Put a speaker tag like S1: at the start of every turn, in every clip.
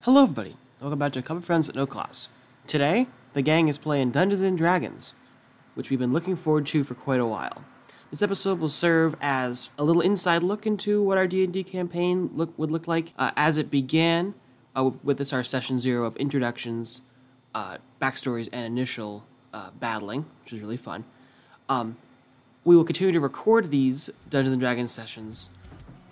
S1: Hello, everybody. Welcome back to a couple of friends at no class. Today, the gang is playing Dungeons and Dragons, which we've been looking forward to for quite a while. This episode will serve as a little inside look into what our D and D campaign look would look like uh, as it began, uh, with this our session zero of introductions, uh, backstories, and initial uh, battling, which is really fun. Um, we will continue to record these Dungeons and Dragons sessions,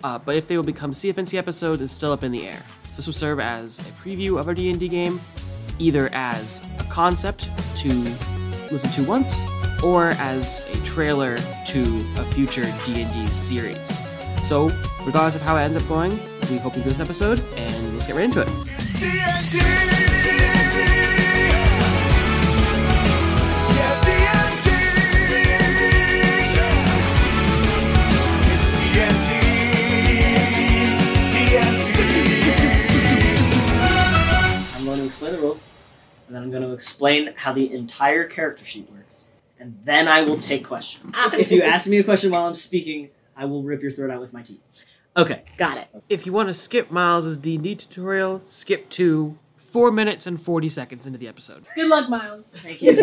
S1: uh, but if they will become CFNC episodes is still up in the air. So this will serve as a preview of our D&D game, either as a concept to listen to once, or as a trailer to a future D&D series. So regardless of how it ends up going, we hope you enjoy this episode, and let's get right into it.
S2: I'm going to explain the rules, and then I'm going to explain how the entire character sheet works, and then I will take questions.
S3: Ah.
S2: if you ask me a question while I'm speaking, I will rip your throat out with my teeth. Okay.
S3: Got it.
S1: If you want to skip Miles' D&D tutorial, skip to 4 minutes and 40 seconds into the episode.
S4: Good luck, Miles.
S2: Thank you.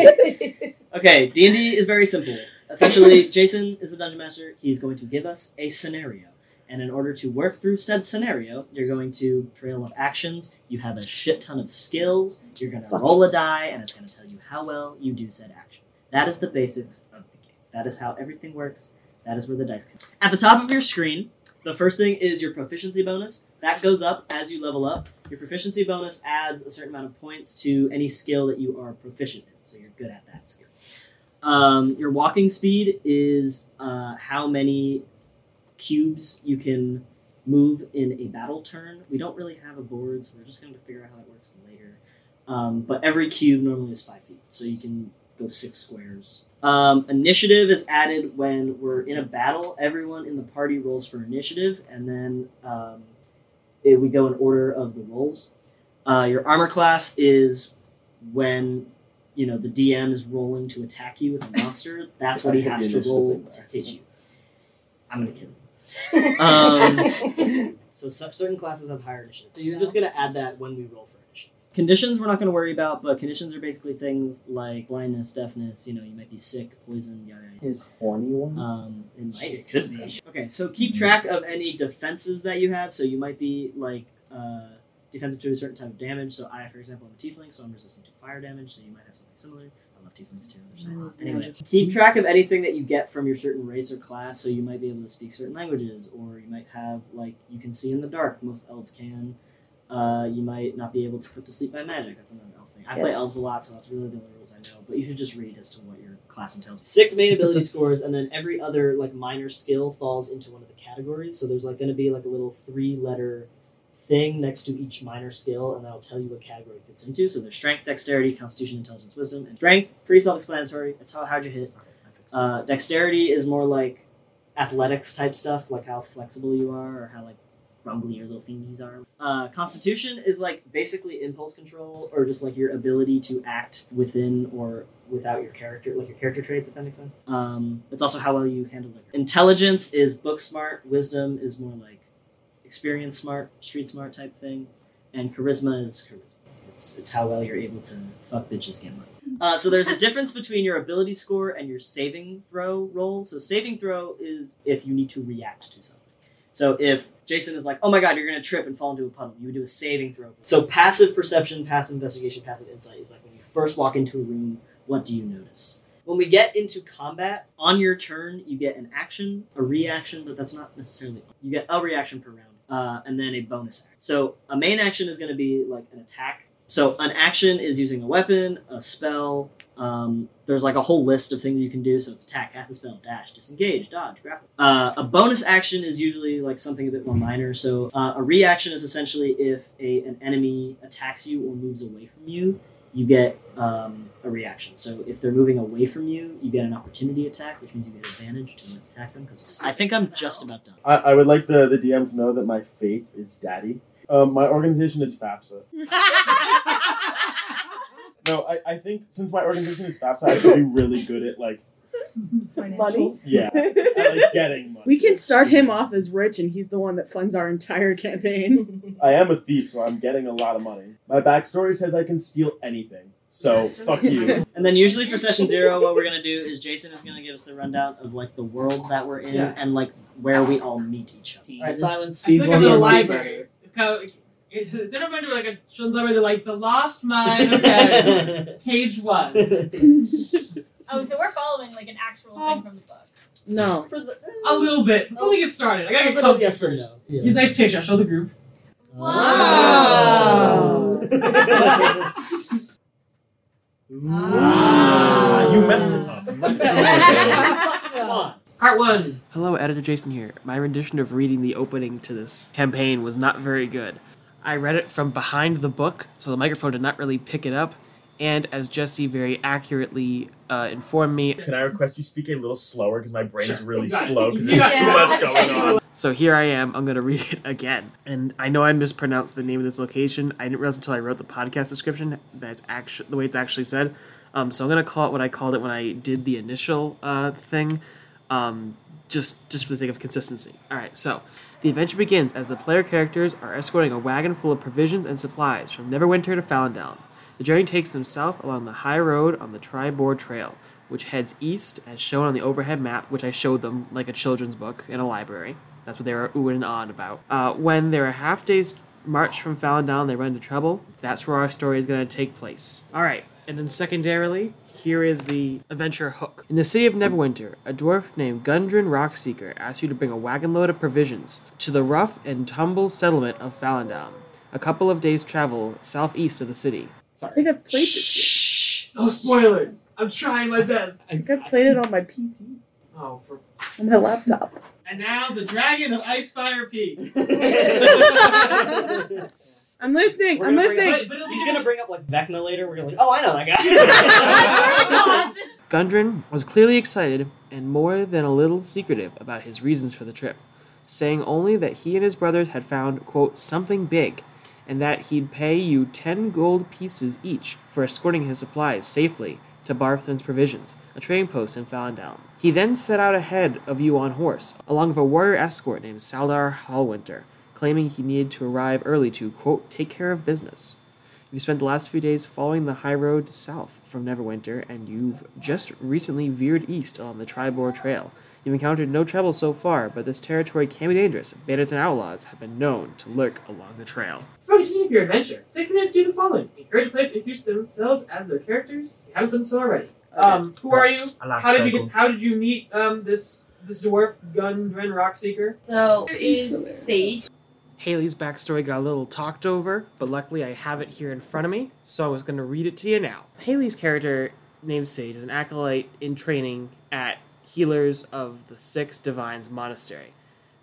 S2: Okay, D&D is very simple. Essentially, Jason is the dungeon master. He's going to give us a scenario. And in order to work through said scenario, you're going to trail up actions. You have a shit ton of skills. You're going to roll a die, and it's going to tell you how well you do said action. That is the basics of the game. That is how everything works. That is where the dice come. from. At the top of your screen, the first thing is your proficiency bonus. That goes up as you level up. Your proficiency bonus adds a certain amount of points to any skill that you are proficient in. So you're good at that skill. Um, your walking speed is uh, how many cubes you can move in a battle turn. We don't really have a board, so we're just going to figure out how that works later. Um, but every cube normally is five feet, so you can go six squares. Um, initiative is added when we're in a battle. Everyone in the party rolls for initiative, and then um, it, we go in order of the rolls. Uh, your armor class is when you know the DM is rolling to attack you with a monster. That's what he
S5: I hit
S2: has
S5: the
S2: to
S5: initiative
S2: roll
S5: thing last
S2: to hit
S5: time.
S2: you. I'm gonna kill you. um, so cer- certain classes have higher initiative. So you're just going to add that when we roll for initiative. Conditions we're not going to worry about, but conditions are basically things like blindness, deafness. You know, you might be sick, poison, yada yada.
S5: His horny one.
S2: Um, it might, it could be. Okay, so keep track of any defenses that you have. So you might be like uh, defensive to a certain type of damage. So I, for example, am a tiefling, so I'm resistant to fire damage. So you might have something similar. I love tieflings too. They're so
S3: Mine
S2: hot.
S3: is
S2: Anyway,
S3: magic.
S2: keep track of anything that you get from your certain race or class. So you might be able to speak certain languages, or you might have like you can see in the dark. Most elves can. Uh, you might not be able to put to sleep by magic. That's another elf thing. I play
S5: Yes.
S2: elves a lot, so that's really the only rules I know. But you should just read as to what your class entails. Six main ability scores, and then every other like minor skill falls into one of the categories. So there's like going to be like a little three-letter thing next to each minor skill, and that'll tell you what category it fits into. So there's strength, dexterity, constitution, intelligence, wisdom, and strength. Pretty self-explanatory. It's how hard you hit. Uh, dexterity is more like athletics type stuff, like how flexible you are or how like rumbly your little fingies are. Uh, constitution is like basically impulse control or just like your ability to act within or without your character, like your character traits, if that makes sense. Um, it's also how well you handle liquor. Intelligence is book smart. Wisdom is more like experience smart, street smart type thing, and charisma is charisma. It's it's how well you're able to fuck bitches get money. Uh, so there's a difference between your ability score and your saving throw roll. So saving throw is if you need to react to something. So if Jason is like, "Oh my god, you're gonna trip and fall into a puddle," you would do a saving throw. So passive perception, passive investigation, passive insight is like when you first walk into a room, what do you notice? When we get into combat, on your turn, you get an action, a reaction, but that's not necessarily. You get a reaction per round, uh, and then a bonus action. So a main action is going to be like an attack. So an action is using a weapon, a spell. Um, there's like a whole list of things you can do. So it's attack, cast a spell, dash, disengage, dodge, grapple. Uh, a bonus action is usually like something a bit more minor. So uh, a reaction is essentially if a, an enemy attacks you or moves away from you, you get um, a reaction. So if they're moving away from you, you get an opportunity attack, which means you get advantage to attack them. Because I think I'm just about done.
S5: I, I would like the, the DM to know that my faith is daddy. Um, my organization is FAFSA. No, I, I think since my organization is FAFSA, I should be really good at like
S3: Money.
S4: Financials.
S5: Yeah, I like getting money.
S3: We can start him off as rich, and he's the one that funds our entire campaign.
S5: I am a thief, so I'm getting a lot of money. My backstory says I can steal anything, so fuck you.
S2: And then usually for session zero, what we're gonna do is Jason is gonna give us the rundown of like the world that we're in
S1: Yeah.
S2: and like where we all meet each other. All right, silence.
S6: I feel like I'm in a
S2: Steve, what do you
S6: library. It's kind of like, it's, it's in a library, like a children's library, like the lost mine of Paris, page one.
S4: Oh, so we're following like an actual
S6: Oh.
S4: thing from the book.
S3: no.
S2: For the-
S6: A little bit. Let's only get started. I gotta
S2: a
S6: get
S2: little
S6: comfy
S2: yes or
S6: first.
S2: no. Yeah.
S6: Here's a nice picture. I'll show the group.
S4: Wow.
S5: Ah, you messed it up.
S2: Come on.
S6: Part one.
S1: Hello, Editor Jason here. My rendition of reading the opening to this campaign was not very good. I read it from behind the book, so the microphone did not really pick it up. And as Jesse very accurately uh, informed me,
S5: Can I request you speak a little slower because my brain is really
S6: Got it.
S5: slow because
S6: Yeah.
S5: there's too much going on.
S1: so here I am. I'm going to read it again. And I know I mispronounced the name of this location. I didn't realize until I wrote the podcast description that's actually the way it's actually said. Um, so I'm going to call it what I called it when I did the initial uh, thing. um, just just for the sake of consistency. All right, so the adventure begins as the player characters are escorting a wagon full of provisions and supplies from Neverwinter to Fallendown. The journey takes themselves along the high road on the Tribord Trail, which heads east as shown on the overhead map, which I showed them like a children's book in a library. That's what they were oohing and on about. Uh, when they're a half day's march from Fallendown, they run into trouble. That's where our story is going to take place. All right, and then secondarily, here is the adventure hook. In the city of Neverwinter, a dwarf named Gundren Rockseeker asks you to bring a wagon load of provisions to the rough and tumble settlement of Fallendown, a couple of days' travel southeast of the city.
S3: I think I've played this.
S6: Shh. No spoilers. I'm trying my best.
S3: I think I've played it on my PC,
S6: Oh, for...
S3: on my laptop.
S6: And now the dragon of Ice Fire Peak.
S3: I'm listening.
S2: We're
S3: I'm
S2: gonna bring
S3: listening.
S6: But- but it'll-
S2: He's gonna bring up like Vecna later. We're gonna like, oh, I know that guy.
S1: Gundren was clearly excited and more than a little secretive about his reasons for the trip, saying only that he and his brothers had found, quote, something big, and that he'd pay you 10 gold pieces each for escorting his supplies safely to Barflin's Provisions, a trading post in Fallendown. He then set out ahead of you on horse, along with a warrior escort named Saldar Hallwinter, claiming he needed to arrive early to, quote, take care of business. You spent the last few days following the high road south from Neverwinter, and you've just recently veered east on the Tribor Trail. You've encountered no trouble so far, but this territory can be dangerous. Bandits and outlaws have been known to lurk along the trail.
S6: Before continuing with your adventure, take minutes to do the following. Encourage players to introduce themselves as their characters. If you haven't done so already. Um, who are you? How did you get? How did you meet um this this dwarf Gundren Rockseeker?
S4: So
S3: He's still there.
S4: is Sage.
S1: Haley's backstory got a little talked over, but luckily I have it here in front of me, so I was going to read it to you now. Haley's character, named Sage, is an acolyte in training at Healers of the Six Divines Monastery.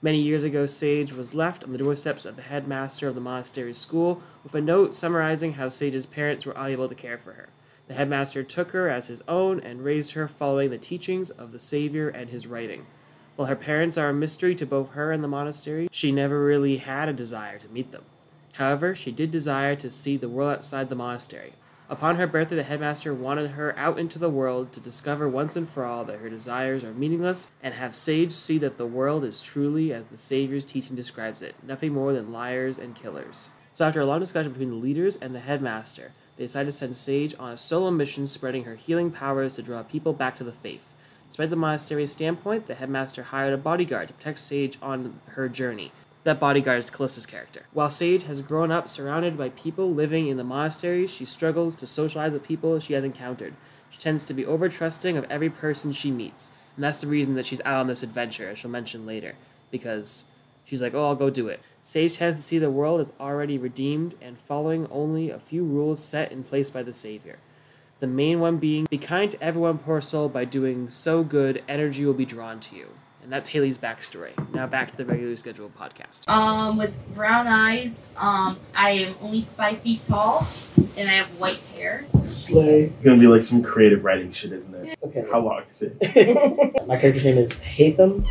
S1: Many years ago, Sage was left on the doorsteps of the headmaster of the monastery's school with a note summarizing how Sage's parents were unable to care for her. The headmaster took her as his own and raised her following the teachings of the Savior and his writing. While her parents are a mystery to both her and the monastery, she never really had a desire to meet them. However, she did desire to see the world outside the monastery. Upon her birthday, the headmaster wanted her out into the world to discover once and for all that her desires are meaningless and have Sage see that the world is truly as the Savior's teaching describes it nothing more than liars and killers. So, after a long discussion between the leaders and the headmaster, they decided to send Sage on a solo mission spreading her healing powers to draw people back to the faith. Despite the monastery's standpoint, the headmaster hired a bodyguard to protect Sage on her journey. That bodyguard is Callista's character. While Sage has grown up surrounded by people living in the monastery, she struggles to socialize with people she has encountered. She tends to be over trusting of every person she meets, and that's the reason that she's out on this adventure, as she'll mention later, because she's like, oh, I'll go do it. Sage tends to see the world as already redeemed and following only a few rules set in place by the Savior. The main one being be kind to everyone, poor soul. By doing so good, energy will be drawn to you. And that's Haley's backstory. Now back to the regularly scheduled podcast.
S4: Um, with brown eyes. Um, I am only five feet tall, and I have white hair.
S2: Slay.
S5: It's gonna be like some creative writing shit, isn't it?
S2: Okay.
S5: How long is it?
S2: My character's name is Hatham.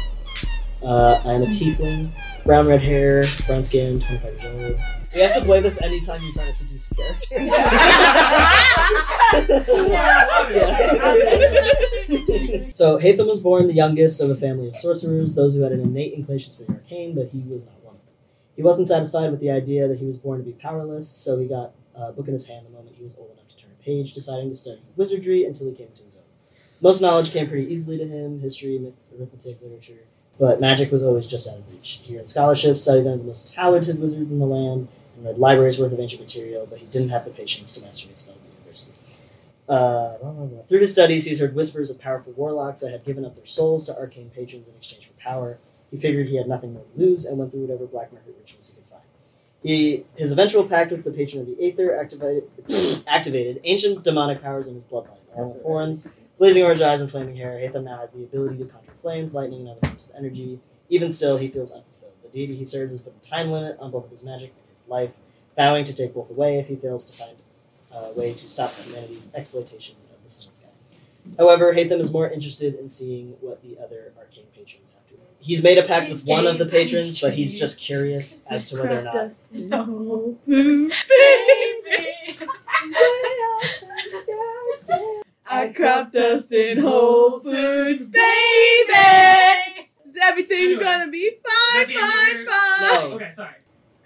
S2: Uh, I'm a tiefling. Brown red hair, brown skin, 25 years old. We have to play this anytime you try to seduce a character. so Hatham was born the youngest of a family of sorcerers, those who had an innate inclination for the arcane, but he was not one of them. He wasn't satisfied with the idea that he was born to be powerless, so he got a book in his hand the moment he was old enough to turn a page, deciding to study wizardry until he came to his own. Most knowledge came pretty easily to him history, myth, arithmetic, literature, but magic was always just out of reach. He earned scholarships, studied under the most talented wizards in the land, and read libraries worth of ancient material, but he didn't have the patience to master his spells at university. Uh, blah, blah, blah. Through his studies, he's heard whispers of powerful warlocks that had given up their souls to arcane patrons in exchange for power. He figured he had nothing more to lose and went through whatever black market rituals he could find. He, his eventual pact with the patron of the Aether activated, activated ancient demonic powers in his bloodline. Armor of horns, blazing orange eyes, and flaming hair, Hatham now has the ability to conjure flames, lightning, and other forms of energy. Even still, he feels unfulfilled. The deity he serves has put a time limit on both of his magic and his life, vowing to take both away if he fails to find a way to stop humanity's exploitation of the sun sky. However, Hatham is more interested in seeing what the other arcane patrons have to offer. He's made a pact
S4: He's
S2: with one of
S4: gay,
S2: the patrons,
S4: he's
S2: but he's
S4: gay.
S2: just curious as to whether or not
S3: No. I crop dust in Whole Foods, baby. Everything's
S6: Anyway.
S3: gonna be fine,
S6: Maybe
S3: fine,
S6: you're-
S3: fine.
S2: No.
S6: Okay, sorry.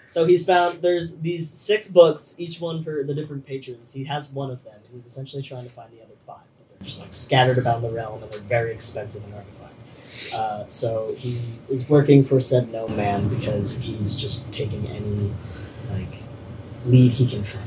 S2: So he's found there's these six books, each one for the different patrons. He has one of them, and he's essentially trying to find the other five. But they're just like scattered about the realm, and they're very expensive and hard to find. Uh, so he is working for said no man because he's just taking any like lead he can find.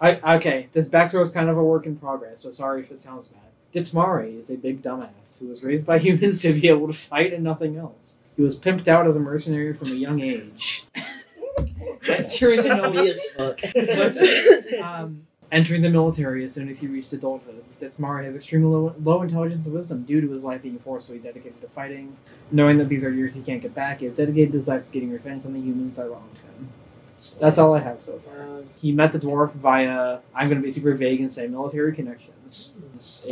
S7: I, okay, this backstory is kind of a work in progress, so sorry if it sounds bad. Ditsmari is a big dumbass who was raised by humans to be able to fight and nothing else. He was pimped out as a mercenary from a young age. entering, the
S2: Me
S7: mil-
S2: as fuck.
S7: um, entering the military as soon as he reached adulthood. Ditsmari has extremely low, low intelligence and wisdom due to his life being forcefully dedicated to fighting. Knowing that these are years he can't get back, he has dedicated his life to getting revenge on the humans that wronged him. That's all I have so far. He met the dwarf via, I'm going to be super vague and say military connections.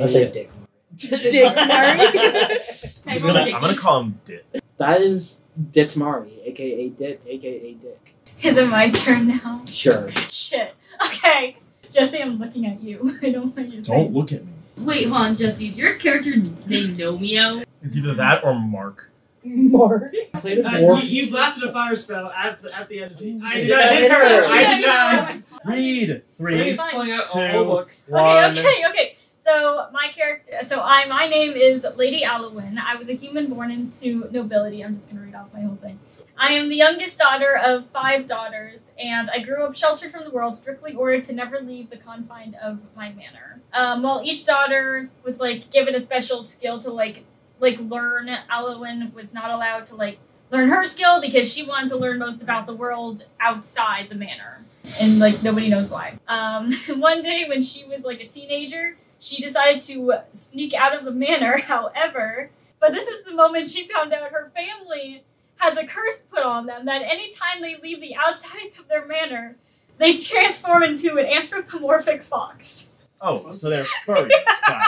S2: I say Dick.
S3: Dick Murray.
S4: I
S8: I'm
S4: rolled
S8: gonna,
S4: a
S8: I'm gonna
S4: eight.
S8: call him Dit.
S7: That is Ditsmari, aka Dit, aka Dick.
S4: Is it my turn now?
S7: Sure.
S4: Shit. Okay. Jesse, I'm looking at you. I don't want you to
S8: Don't look at me.
S4: Wait, hold on, Jesse. Is your character named Nomeo?
S8: It's either that or Mark.
S3: Mark.
S7: I played a
S6: Uh,
S7: dwarf.
S6: you, you blasted a fire spell at the, at the end. I
S2: Did
S6: did not
S2: I
S6: hit
S2: hit
S6: her.
S2: her?
S6: I did
S4: Yeah,
S6: not.
S8: Read
S6: Please
S8: three,
S4: Fine.
S6: pulling out
S8: Two.
S6: a whole book.
S8: one.
S4: Okay, okay, okay. So my character, so I, my name is Lady Alowin. I was a human born into nobility. I'm just gonna read off my whole thing. I am the youngest daughter of five daughters, and I grew up sheltered from the world, strictly ordered to never leave the confine of my manor. Um, while each daughter was like given a special skill to like like learn, Alowin was not allowed to like learn her skill because she wanted to learn most about the world outside the manor and like nobody knows why. Um, one day when she was like a teenager, she decided to sneak out of the manor. However, but this is the moment she found out her family has a curse put on them that anytime they leave the outsides of their manor, they transform into an anthropomorphic fox.
S8: Oh, so they're furries. Got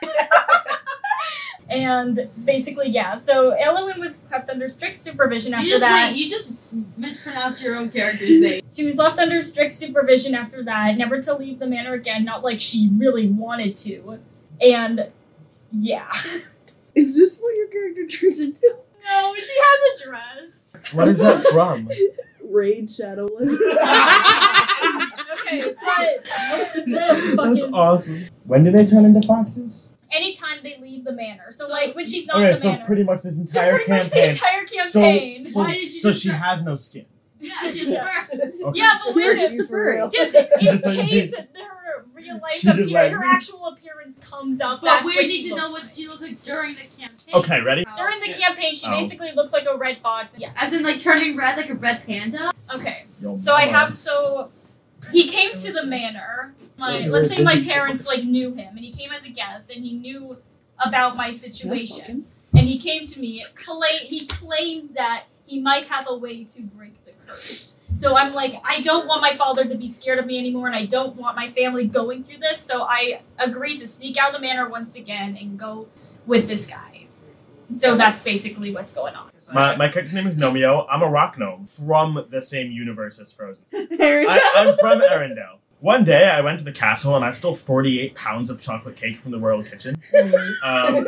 S8: it.
S4: And basically, yeah. So Elowin was kept under strict supervision after
S9: you just
S4: that.
S9: wait, you just mispronounce your own character's name.
S4: She was left under strict supervision after that, never to leave the manor again, not like she really wanted to. And yeah.
S3: Is this what your character turns into?
S4: No, she has a dress.
S8: What is that from?
S3: Raid Shadowland.
S4: Okay, but the fuck
S8: That's
S4: is-
S8: awesome.
S5: When do they turn into foxes?
S4: anytime they leave the manor. So like when she's not in
S8: Okay,
S4: the
S8: so
S4: manor.
S8: pretty much this
S4: so
S8: entire
S4: pretty much the
S8: campaign.
S4: entire
S8: So-
S4: campaign.
S8: So,
S9: Why did you
S8: so
S9: just
S8: she
S9: try-
S8: has no skin.
S9: Yeah, it's just
S3: Yeah.
S9: her.
S8: Okay.
S4: yeah, but
S3: We're
S4: we're
S3: just
S4: just
S3: a furry.
S4: just in
S8: Just like
S4: case her real life
S8: She just
S4: appear-
S8: like-
S4: her actual appearance comes up.
S9: But
S4: that's
S9: we
S4: what
S9: need
S4: she
S9: to know
S4: looks
S9: what
S4: like.
S9: she looked like during the campaign.
S8: Okay, ready?
S9: How-
S4: during the campaign she
S8: Oh.
S4: basically looks like a red fox. Yeah.
S9: As in, like turning red, like a red panda.
S4: Okay.
S8: Yo,
S4: So I
S8: mama.
S4: have so he came to the manor. My let's say my parents like knew him and he came as a guest and he knew about my situation. And he came to me claim he claims that he might have a way to break the curse. So I'm like, I don't want my father to be scared of me anymore and I don't want my family going through this, so I agreed to sneak out of the manor once again and go with this guy.
S10: So that's basically what's going on.
S8: My, my character's name is Nomio. I'm a rock gnome from the same universe as Frozen.
S3: Harry,
S8: I, I'm from Arendelle. One day, I went to the castle and I stole 48 pounds of chocolate cake from the royal kitchen. Um,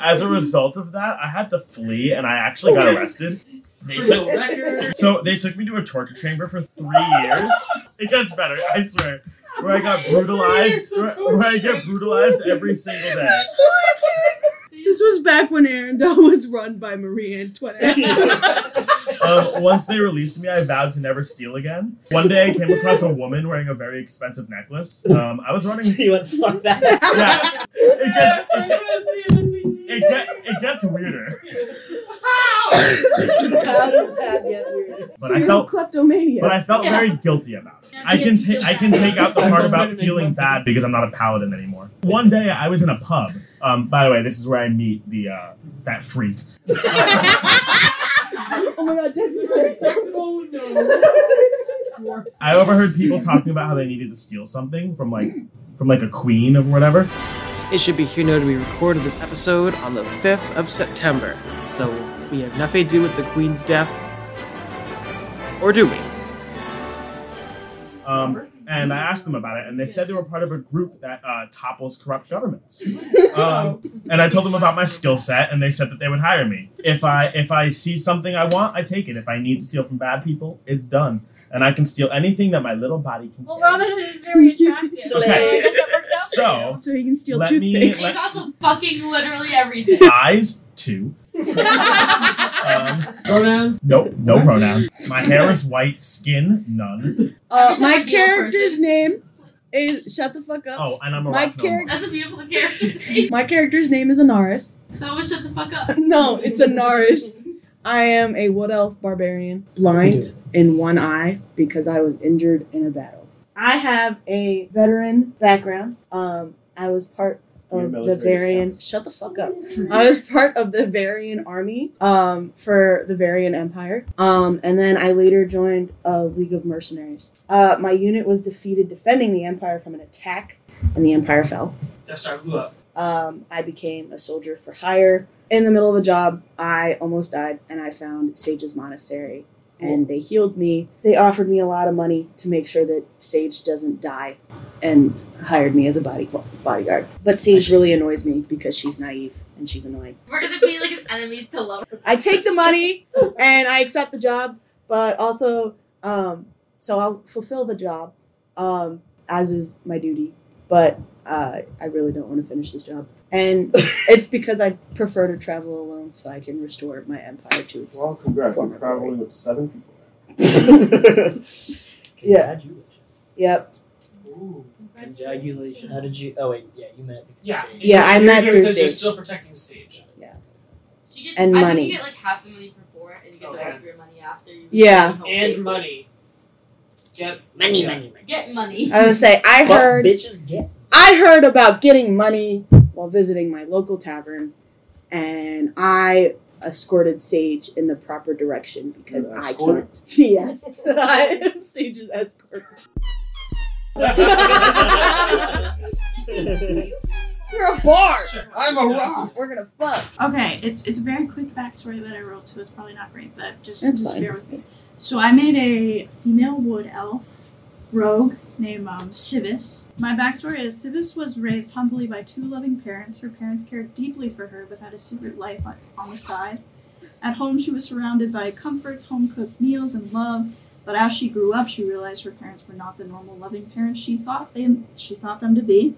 S8: as a result of that, I had to flee and I actually got arrested. They
S6: For
S8: took,
S6: the record.
S8: so they took me to a torture chamber for three years. It gets better, I swear. Where I got brutalized,
S6: Three
S8: where,
S6: years of
S8: where I
S6: torture.
S8: get brutalized every single day.
S3: this was back when Arendelle was run by Marie Antoinette.
S8: Um, once they released me, I vowed to never steal again. One day, I came across a woman wearing a very expensive necklace. Um, I was running.
S2: So you went fuck that.
S8: Yeah, it gets it, get- it,
S6: It
S8: get, it gets weirder.
S2: How does that get weird?
S8: But
S3: so
S8: I
S3: you're
S8: felt,
S3: kleptomania.
S8: but I felt
S10: Yeah.
S8: very guilty about it. I can take I can take out the part about feeling bad because I'm not a paladin anymore. One day, I was in a pub. Um, by the way, this is where I meet the uh, that freak.
S3: oh my god, this is
S6: Respectable no.
S8: I overheard people talking about how they needed to steal something from like from like a queen or whatever.
S1: It should be here noted we recorded this episode on the 5th of September, so we have nothing to do with the Queen's death. Or do we?
S8: Um, and I asked them about it, and they said they were part of a group that uh, topples corrupt governments. Um, and I told them about my skill set, and they said that they would hire me if I if I see something I want, I take it. If I need to steal from bad people, it's done, and I can steal anything that my little body can.
S10: Well,
S8: carry.
S10: Robin Hood is very attractive. so I
S2: Okay.
S10: guess that works out for
S8: So-
S3: So he can steal
S8: Let me-
S3: toothpicks.
S9: He's also fucking literally everything.
S8: Eyes two. Um,
S6: Pronouns.
S8: nope, no pronouns. My hair is white, skin none.
S3: Uh,
S9: Every
S3: my
S9: time I deal
S3: character's
S9: person.
S3: name is shut the fuck up.
S8: Oh, and I'm a
S3: My
S8: rock
S3: character-
S9: That's a beautiful character.
S3: My character's name is Anaris.
S9: So shut the fuck up.
S3: no, it's Anaris. I am a wood elf barbarian, blind in one eye because I was injured in a battle. I have a veteran background. Um, I was part
S11: Your
S3: of the
S11: military
S3: Varian. Shut the fuck up. I was part of the Varian army um, for the Varian Empire, um, and then I later joined a League of Mercenaries. Uh, my unit was defeated defending the Empire from an attack, and the Empire fell.
S6: Death Star blew up.
S3: Um, I became a soldier for hire. In the middle of a job, I almost died, and I found Sage's monastery, and they healed me. They offered me a lot of money to make sure that Sage doesn't die, and hired me as a body bodyguard. But Sage really annoys me because she's naive and she's annoying.
S9: We're gonna be like enemies to love.
S3: I take the money and I accept the job, but also, um, so I'll fulfill the job, um, as is my duty. But uh, I really don't want to finish this job, and it's because I prefer to travel alone, so I can restore my empire to its.
S11: Well, congrats.
S3: Former
S11: You're traveling with seven people.
S3: Yeah. Yep.
S6: Ooh.
S12: Congratulations.
S2: How did you? Oh wait, yeah, you met. because
S6: Yeah.
S2: it's-
S3: Yeah, I
S6: You're
S3: met
S6: here
S3: through
S6: because you're
S3: Sage.
S6: still protecting Sage.
S9: She gets,
S3: And
S9: I
S3: money.
S9: Think you get like half a million for four, and you get the
S6: Okay.
S9: rest of your money after. You
S3: Yeah.
S9: you hope they-
S6: And money. Get
S2: Money,
S6: yeah.
S2: money, money.
S9: Get money.
S3: I was gonna say I
S2: What
S3: heard
S2: bitches get.
S3: I heard about getting money while visiting my local tavern, and I escorted Sage in the proper direction because
S11: You're an
S3: I
S11: escort?
S3: can't. Yes, I am Sage's escort. You're a bar.
S6: I'm a rock.
S3: We're gonna fuck.
S4: Okay, it's it's a very quick backstory that I wrote, so it's probably not great, but just,
S3: That's
S4: just
S3: fine.
S4: bear with me. So I made a female wood elf rogue named um, Civis. My backstory is Civis was raised humbly by two loving parents. Her parents cared deeply for her, but had a secret life on, on the side. At home, she was surrounded by comforts, home cooked meals, and love. But as she grew up, she realized her parents were not the normal loving parents she thought they she thought them to be.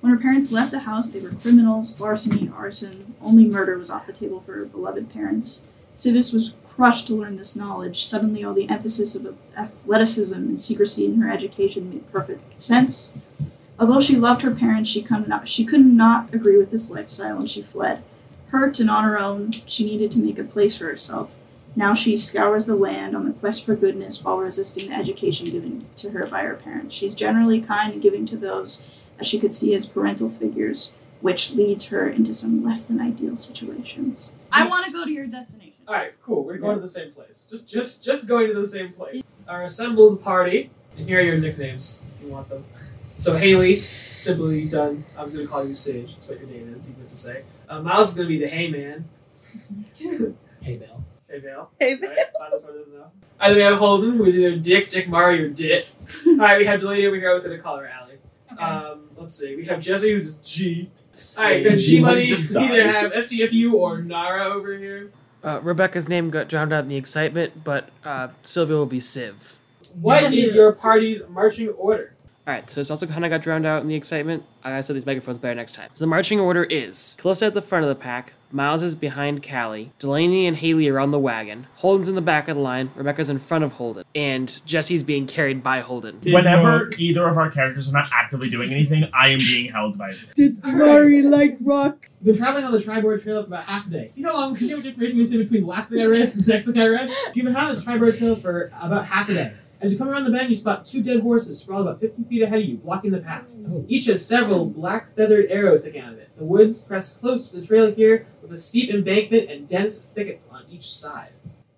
S4: When her parents left the house, they were criminals, larceny, arson. Only murder was off the table for her beloved parents. Civis was crushed to learn this knowledge. Suddenly, all the emphasis of athleticism and secrecy in her education made perfect sense. Although she loved her parents, she could not, she could not agree with this lifestyle and she fled. Hurt and on her own, she needed to make a place for herself. Now she scours the land on the quest for goodness while resisting the education given to her by her parents. She's generally kind and giving to those as she could see as parental figures, which leads her into some less than ideal situations. I want to go to your destination.
S6: All right, cool. We're going to the same place. Just, just, just going to the same place. Our assembled party, and here are your nicknames. If you want them. So Haley, simply done. I was gonna call you Sage. That's what your name is. Easy to say. Uh, Miles is gonna be the Hayman.
S2: Hey, Bill.
S6: Hey, Vale.
S3: Hey,
S6: Right? Find us where it is now. Either we have Holden, who is either Dick, Dick Mari, or Dit. All right, we have Delaney over here. I was going to call her Allie.
S4: Okay.
S6: Um, let's see. We have Jesse, who's G. All right, we have G
S5: G-Money
S6: Money.
S5: just
S6: We either
S5: dies.
S6: have SDFU or Nara over here.
S1: Uh, Rebecca's name got drowned out in the excitement, but uh, Sylvia will be Civ.
S6: What is your party's marching order?
S1: All right, so it's also kind of got drowned out in the excitement. I gotta set these megaphones better next time. So the marching order is Calista at the front of the pack, Miles is behind Callie, Delaney and Haley are on the wagon, Holden's in the back of the line, Rebecca's in front of Holden, and Jesse's being carried by Holden.
S8: Whenever either of our characters are not actively doing anything, I am being held by.
S3: Did Samari like rock?
S6: Been traveling on the Tribord Trail for about half a day. See how long, see how much information we see between the last thing I read and the next thing I read? You've been traveling on the Tribord Trail for about half a day. As you come around the bend, you spot two dead horses sprawled about 50 feet ahead of you, blocking the path. Each has several black feathered arrows sticking out of it. The woods press close to the trail here, with a steep embankment and dense thickets on each side.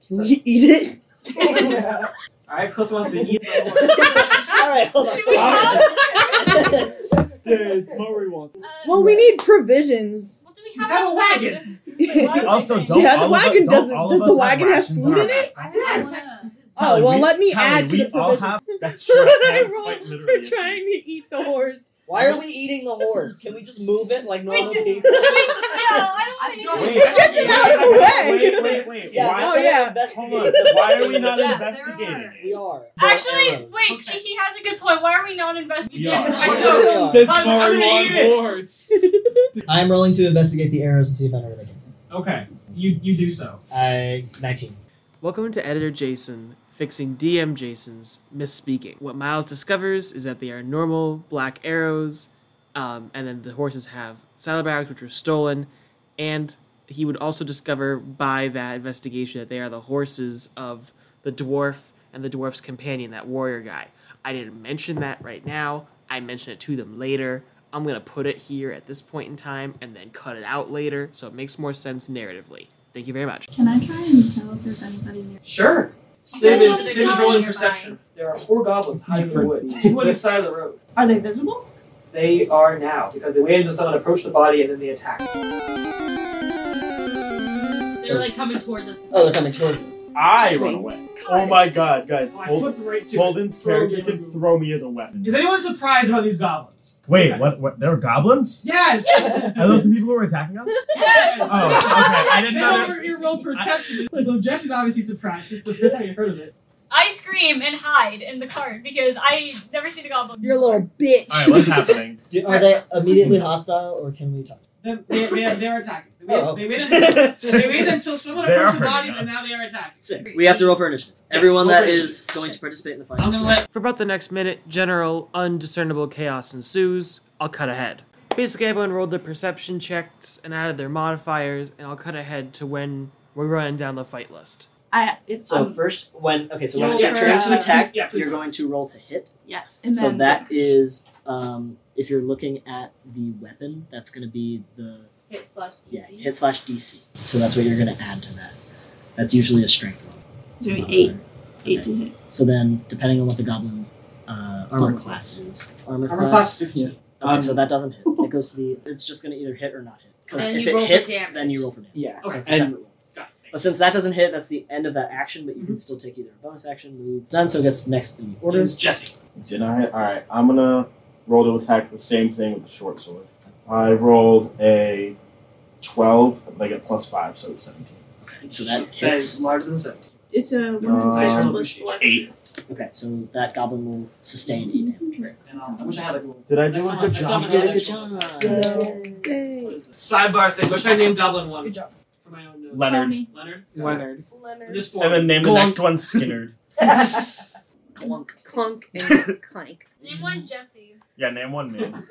S3: Can we eat it?
S6: Alright, Cliff wants to eat the horse.
S2: Alright, hold on.
S4: Do we have?
S7: Yeah, it's not where he wants.
S9: Um,
S4: Uh,
S3: Well, we need provisions. Oh,
S4: Well, do we
S6: You
S4: have,
S6: have a wagon.
S4: flag? Wait, why would
S8: Also,
S4: they-
S8: don't
S3: Yeah, the
S8: all of
S3: wagon
S8: us- don't
S3: doesn't-
S8: all
S3: does
S8: of
S3: the
S8: us have
S3: wagon have
S8: rations
S3: food
S8: our
S3: in it?
S8: backpack?
S6: Yes.
S3: Oh, well,
S8: we-
S3: let me
S8: Hallie,
S3: add to
S8: we
S3: the
S8: all
S3: provision.
S8: have- That's true. I
S3: I
S8: am
S3: rolled
S8: quite
S3: for
S8: literally-
S3: trying to eat the horse.
S2: Why are we eating the horse? Can we just move it like
S4: Wait,
S2: normal
S4: do-
S2: people?
S4: no, I don't
S8: Wait,
S4: think we need
S3: Get it out of the way.
S8: Wait, wait, wait.
S2: Yeah,
S8: why,
S2: we're
S3: Oh,
S2: gonna
S3: yeah.
S2: investigate.
S8: Hold on. Why are we not
S9: Yeah, there
S8: investigating?
S2: We
S8: it?
S2: are. The
S4: Actually,
S2: arrows.
S4: wait, she, he has a good point. Why are we not investigating?
S8: Yeah.
S6: Yes, I
S2: We
S6: know.
S2: really are.
S7: That's
S6: I'm
S3: "Oh,
S7: where he
S6: gonna
S7: wants
S6: eat it.
S7: horse.
S2: I'm rolling to investigate the arrows to see if I know where they came from.
S6: Okay, you, you do so.
S2: I nineteen.
S1: Welcome to Editor Jason fixing DM Jason's misspeaking. What Miles discovers is that they are normal black arrows, um, and then the horses have saddlebags, which were stolen, and he would also discover by that investigation that they are the horses of the dwarf and the dwarf's companion, that warrior guy. I didn't mention that right now. I mentioned it to them later. I'm gonna put it here at this point in time and then cut it out later, so it makes more sense narratively. Thank you very much.
S13: Can I try and tell if there's anybody near?
S6: Sure. Sim
S9: Okay,
S6: is
S9: so
S6: Sim's
S9: it's
S6: rolling
S9: nearby.
S6: perception. There are four goblins hiding in the woods, two on each side of the road.
S13: Are they visible?
S6: They are now because they waited until someone approached the body and then they attacked.
S9: They were like coming towards us.
S2: Oh, they're coming towards us.
S8: I run away. Oh my god, guys.
S6: Oh, I
S8: Hol-
S6: flipped right to
S8: Holden's
S6: throw
S8: character
S6: you.
S8: can throw me as a weapon.
S6: Is anyone surprised about these goblins?
S8: Wait, what? What? There are goblins?
S6: Yes.
S8: Are those the people who are attacking us?
S6: Yes.
S8: Oh, okay. I didn't
S6: Sim
S8: know there-
S6: over here rolled perception, so Jesse's obviously surprised. This is the first time you've heard of it.
S4: I scream and hide in the cart because I never see the goblin.
S3: You're a little bitch.
S8: All right, what's happening?
S2: Do, are they immediately hostile, or can we talk?
S6: Them- They, they, are, they are attacking. They waited,
S2: Oh.
S6: they waited until, they waited until someone
S8: They
S6: approached the
S8: are
S6: bodies and
S8: nuts.
S6: now they are attacking.
S9: We have to
S2: roll for initiative.
S6: Yes, Everyone roll for that initiative.
S2: is going to participate in the fight.
S6: I'm gonna let.
S1: For about the next minute, general undiscernible chaos ensues. I'll cut ahead. Basically, everyone rolled their perception checks and added their modifiers, and I'll cut ahead to when we're running down the fight list.
S13: I it's
S2: So
S13: um,
S2: first, when okay, so
S6: Yeah,
S2: when it's your
S13: for,
S2: turn to
S13: uh,
S2: attack,
S6: yeah, please
S2: you're
S6: roll.
S2: going to roll to hit.
S13: yes, and
S2: so
S13: then
S2: that is um, if you're looking at the weapon, that's going to be the
S9: Hit slash
S2: yeah
S9: DC.
S2: hit slash DC. So that's what you're going to add to that. That's usually a strength level.
S13: so eight
S2: modifier.
S13: eight
S2: Okay.
S13: to hit.
S2: So then, depending on what the goblin's uh, armor
S1: Armor
S2: class is, armor,
S6: Armor class 15.
S2: Okay,
S7: Um,
S2: so that doesn't hit. It goes to the. It's just going to either hit or not hit. Because
S9: And
S2: if
S9: you roll
S2: it
S9: for
S2: hits,
S9: damage.
S2: then you roll for damage.
S7: Yeah.
S2: So
S6: Okay.
S2: it's a separate roll.
S6: Got it.
S2: But since that doesn't hit, that's the end of that action. But you can still take either a bonus action, move done. So it gets next in the order.
S6: It's Jesse.
S8: Did I? All right, I'm gonna roll to attack the same thing with the short sword. I rolled a twelve, like a plus five, so it's seventeen.
S2: So that
S6: that
S2: hits.
S6: is larger than seven.
S13: It's a
S2: Oh,
S8: Uh,
S13: one
S8: I
S13: d6
S6: don't
S13: plus four.
S8: Eight.
S2: Okay, so that goblin will sustain eight damage.
S6: And um, I wish I had like a little.
S8: Did I
S6: I
S8: do
S6: saw
S8: a
S6: my-
S8: good
S6: I saw
S8: job?
S6: my-
S2: You did a good job.
S6: What is this? Sidebar thing. Wish I named Goblin one.
S7: Good job.
S6: For my own notes.
S8: Leonard.
S13: Sony.
S6: Leonard. Got it.
S7: Leonard.
S9: Leonard.
S6: There's four.
S8: And then name the next one Skinnerd.
S2: Clunk.
S3: Clunk and clank.
S4: Name one Jesse.
S8: Yeah, name one man.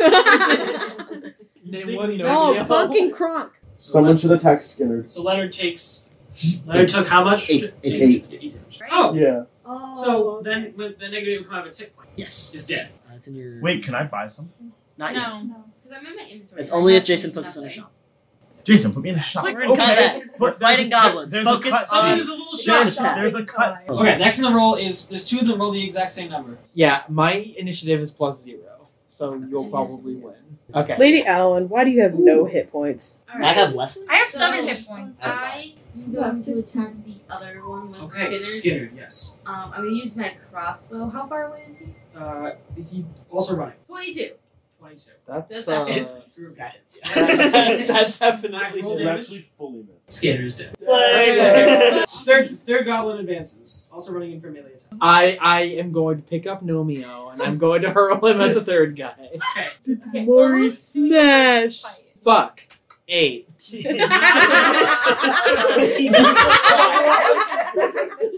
S6: Name one.
S3: oh,
S6: yeah.
S3: clunk and cronk.
S6: So, Leonard,
S8: should attack Skinnerd.
S6: so Leonard takes. Leonard took how much?
S2: Eight. Eight
S6: damage. Oh.
S8: Yeah.
S3: Oh,
S6: So then, with the negative would come out of a tick point.
S2: Yes.
S6: Is dead.
S2: Uh, it's in your.
S8: Wait, can I buy some?
S2: Not yet.
S4: No.
S13: No.
S9: Because I'm in my inventory.
S2: It's only if
S9: Nothing,
S2: Jason puts us in a
S9: nothing.
S2: shop.
S8: Jason, put me in a shot.
S4: Like,
S8: We're in
S4: okay.
S8: combat.
S2: We're
S8: But there's
S2: fighting
S8: a-
S2: goblins.
S8: there's a
S2: Focus
S8: cut
S2: on-
S6: Oh,
S8: scene.
S6: there's a little
S2: You're
S6: shot.
S2: in a shop.
S8: There's a cut. scene.
S6: Okay, next in the roll is there's two of them roll the exact same number.
S7: Yeah, my initiative is plus zero. so you'll probably win. Okay.
S3: Lady Alwyn, why do you have no hit points?
S9: Alright.
S2: I have less.
S4: I have
S9: Oh, So-
S4: seven hit points.
S9: I am going to attack the other one with
S6: Okay,
S9: Skinner.
S6: Skinner. Yes.
S9: Um, I'm gonna use my crossbow. How far away is he?
S6: Uh, he also running.
S9: Twenty-two.
S6: Twenty-two.
S7: That's
S9: That's not-
S7: uh,
S6: Group guidance.
S2: That's
S6: I rolled
S5: You
S6: damage.
S5: actually fully missed.
S6: Skinner's dead.
S2: Slay.
S6: third, third goblin advances. Also running in for melee attack.
S7: I I am going to pick up Nomeo and I'm going to hurl him at the third guy.
S6: Okay.
S4: Okay,
S3: It's
S4: well,
S3: more
S4: who's doing the first
S3: smash.
S4: fight?
S7: Fuck eight.